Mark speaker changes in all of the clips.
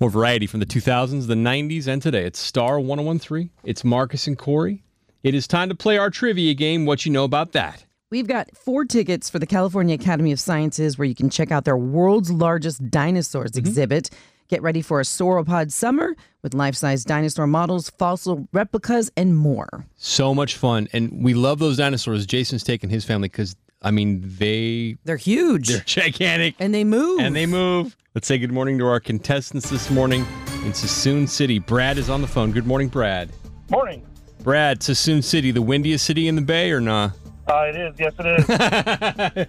Speaker 1: More variety from the 2000s, the 90s, and today. It's Star 1013. It's Marcus and Corey. It is time to play our trivia game. What you know about that?
Speaker 2: We've got four tickets for the California Academy of Sciences where you can check out their world's largest dinosaurs exhibit. Get ready for a sauropod summer with life size dinosaur models, fossil replicas, and more.
Speaker 1: So much fun. And we love those dinosaurs. Jason's taking his family because, I mean, they,
Speaker 2: They're huge.
Speaker 1: they're gigantic
Speaker 2: and they move.
Speaker 1: and they move. Let's say good morning to our contestants this morning in Sassoon City. Brad is on the phone. Good morning, Brad.
Speaker 3: Morning.
Speaker 1: Brad, Sassoon City, the windiest city in the Bay or nah?
Speaker 3: Uh, it is. Yes, it is.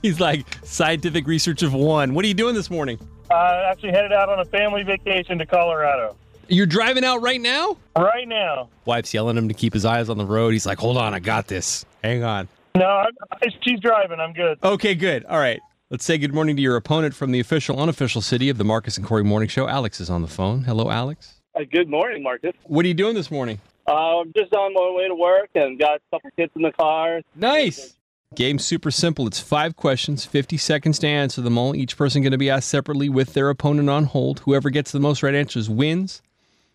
Speaker 1: He's like, scientific research of one. What are you doing this morning?
Speaker 3: I Uh, actually headed out on a family vacation to Colorado
Speaker 1: You're driving out right now?
Speaker 3: right now.
Speaker 1: Wife's yelling at him to keep his eyes on the road. He's like, hold on, I got this. Hang on.
Speaker 3: No, I, I, she's driving. I'm good.
Speaker 1: Okay, good. All right. Let's say good morning to your opponent from the official, unofficial city of the Marcus and Corey Morning Show. Alex is on the phone. Hello, Alex.
Speaker 4: Uh, Good morning, Marcus.
Speaker 1: What are you doing this morning?
Speaker 4: Uh, I'm just on my way to work and got a couple kids in the car.
Speaker 1: Nice. Game's super simple. It's five questions, 50 seconds to answer them all. Each person going to be asked separately with their opponent on hold. Whoever gets the most right answers wins.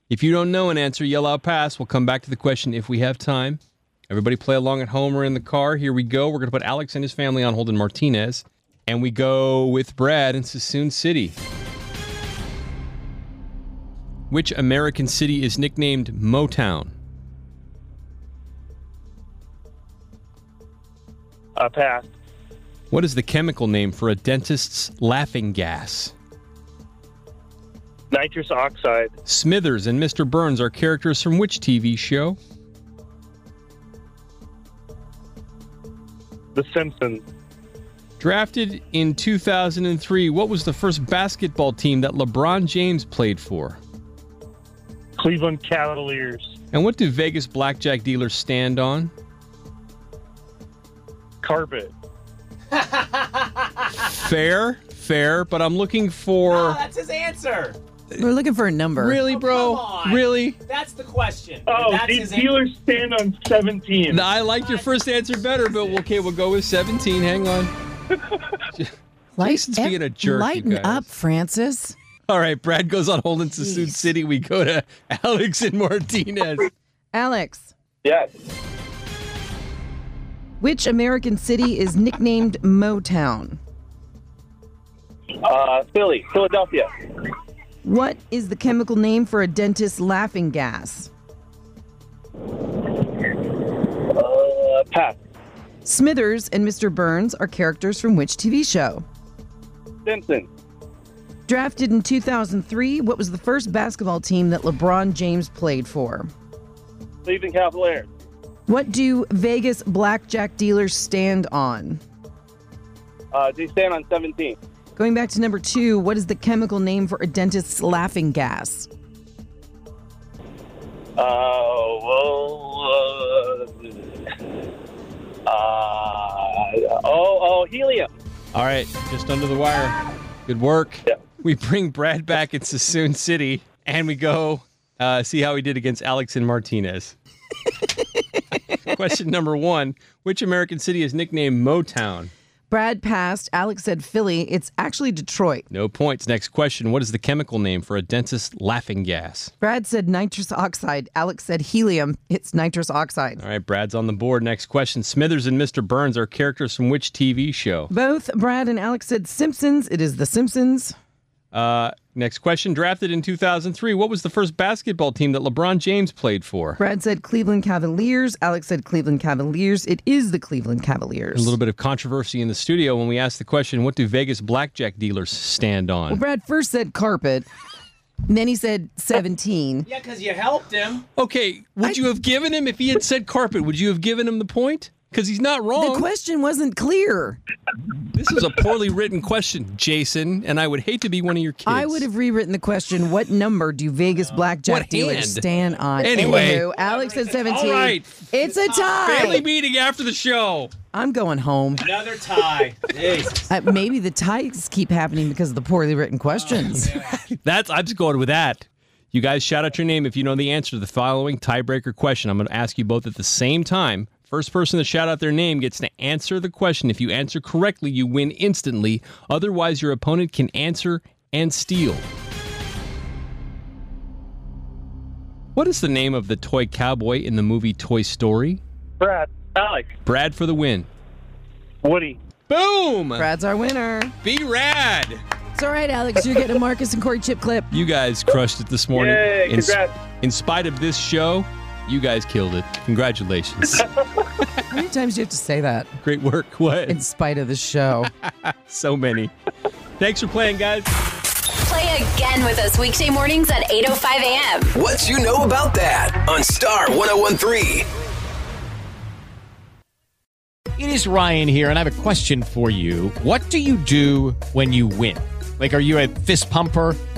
Speaker 1: If you don't know an answer, yell out pass. We'll come back to the question if we have time. Everybody play along at home or in the car. Here we go. We're going to put Alex and his family on hold and Martinez. And we go with Brad in Sassoon City. Which American city is nicknamed Motown?
Speaker 3: I Uh, passed.
Speaker 1: What is the chemical name for a dentist's laughing gas?
Speaker 3: Nitrous oxide.
Speaker 1: Smithers and Mr. Burns are characters from which TV show?
Speaker 3: The Simpsons.
Speaker 1: Drafted in 2003, what was the first basketball team that LeBron James played for?
Speaker 3: Cleveland Cavaliers.
Speaker 1: And what do Vegas blackjack dealers stand on?
Speaker 3: Carpet.
Speaker 1: Fair, fair, but I'm looking for.
Speaker 5: Oh, That's his answer.
Speaker 2: We're looking for a number.
Speaker 1: Really,
Speaker 5: Oh, come
Speaker 1: bro?
Speaker 5: on.
Speaker 1: Really?
Speaker 5: That's the question.
Speaker 3: Oh,
Speaker 5: That's
Speaker 3: these
Speaker 5: his
Speaker 3: dealers stand on 17.
Speaker 1: No, I liked your first answer better, but okay, we'll go with 17. Hang on.
Speaker 2: Light-
Speaker 1: Jason's being a jerk, you
Speaker 2: Lighten
Speaker 1: guys.
Speaker 2: up, Francis.
Speaker 1: All right, Brad goes on hold in Sassoon City. We go to Alex and Martinez.
Speaker 2: Alex,
Speaker 4: Yes.
Speaker 2: which American city is nicknamed Motown?
Speaker 4: Uh, Philly, Philadelphia.
Speaker 2: What is the chemical name for a dentist's laughing gas?
Speaker 4: Uh, pass.
Speaker 2: Smithers and Mr. Burns are characters from which TV show?
Speaker 4: Simpson.
Speaker 2: Drafted in 2003, what was the first basketball team that LeBron James played for?
Speaker 4: Cleveland Cavaliers.
Speaker 2: What do Vegas blackjack dealers stand on?
Speaker 4: Uh, they stand on 17.
Speaker 2: Going back to number two, what is the chemical name for a dentist's laughing gas?
Speaker 4: Uh, well, uh, uh, oh, oh, helium.
Speaker 1: All right, just under the wire. Good work. We bring Brad back in Sassoon City, and we go uh, see how he did against Alex and Martinez. Question number one: Which American city is nicknamed Motown?
Speaker 2: Brad passed. Alex said Philly. It's actually Detroit.
Speaker 1: No points. Next question: What is the chemical name for a dentist's laughing gas?
Speaker 2: Brad said nitrous oxide. Alex said helium. It's nitrous oxide.
Speaker 1: All right, Brad's on the board. Next question: Smithers and Mr. Burns are characters from which TV show?
Speaker 2: Both Brad and Alex said Simpsons. It is The Simpsons.
Speaker 1: Uh, next question: Drafted in 2003, what was the first basketball team that LeBron James played for?
Speaker 2: Brad said Cleveland Cavaliers. Alex said Cleveland Cavaliers. It is the Cleveland
Speaker 1: A
Speaker 2: Cavaliers.
Speaker 1: little bit of controversy in the studio when we asked the question, what do Vegas blackjack dealers stand on?
Speaker 2: Brad first said carpet. and Then he said 17.
Speaker 5: Yeah, because you helped him.
Speaker 1: Okay, would you have given him, if he had said carpet, would you have given him the point? because he's not
Speaker 2: The
Speaker 1: wrong.
Speaker 2: question wasn't clear.
Speaker 1: this is a poorly written question, Jason, and I would hate to be one of your kids.
Speaker 2: I would have rewritten the question What number do Vegas blackjack
Speaker 1: What
Speaker 2: dealers
Speaker 1: hand?
Speaker 2: stand on?
Speaker 1: Anyway.
Speaker 2: Anywho, Alex at 17.
Speaker 1: All right.
Speaker 2: It's a
Speaker 1: Family
Speaker 2: tie.
Speaker 1: meeting after the show.
Speaker 2: I'm going home.
Speaker 5: Another tie. Jesus.
Speaker 2: Uh, maybe the ties keep happening because of the poorly written questions.
Speaker 1: Oh, That's I'm just going with that. You guys shout out your name if you know the answer to the following tiebreaker question. I'm going to ask you both at the same time. First person to shout out their name gets to answer the question. If you answer correctly, you win instantly. Otherwise, your opponent can answer and steal. What is the name of the toy cowboy in the movie Toy Story?
Speaker 3: Brad,
Speaker 4: Alex,
Speaker 1: Brad for the win.
Speaker 3: Woody.
Speaker 1: Boom!
Speaker 2: Brad's our winner.
Speaker 1: Be rad!
Speaker 2: It's all right, Alex. You're getting a Marcus and Corey chip clip.
Speaker 1: You guys crushed it this morning.
Speaker 3: Yay,
Speaker 1: in, s-
Speaker 3: congrats.
Speaker 1: in spite of this show, you guys killed it. Congratulations.
Speaker 2: How many times do you have to say that
Speaker 1: Great work. What?
Speaker 2: in spite of the show?
Speaker 1: so many. Thanks for playing, guys.
Speaker 6: Play again with us weekday mornings at 8.05 a.m.
Speaker 7: What you know about that on Star 1013.
Speaker 5: It is Ryan here, and I have a question for you. What do you do when you win? Like, are you a fist pumper?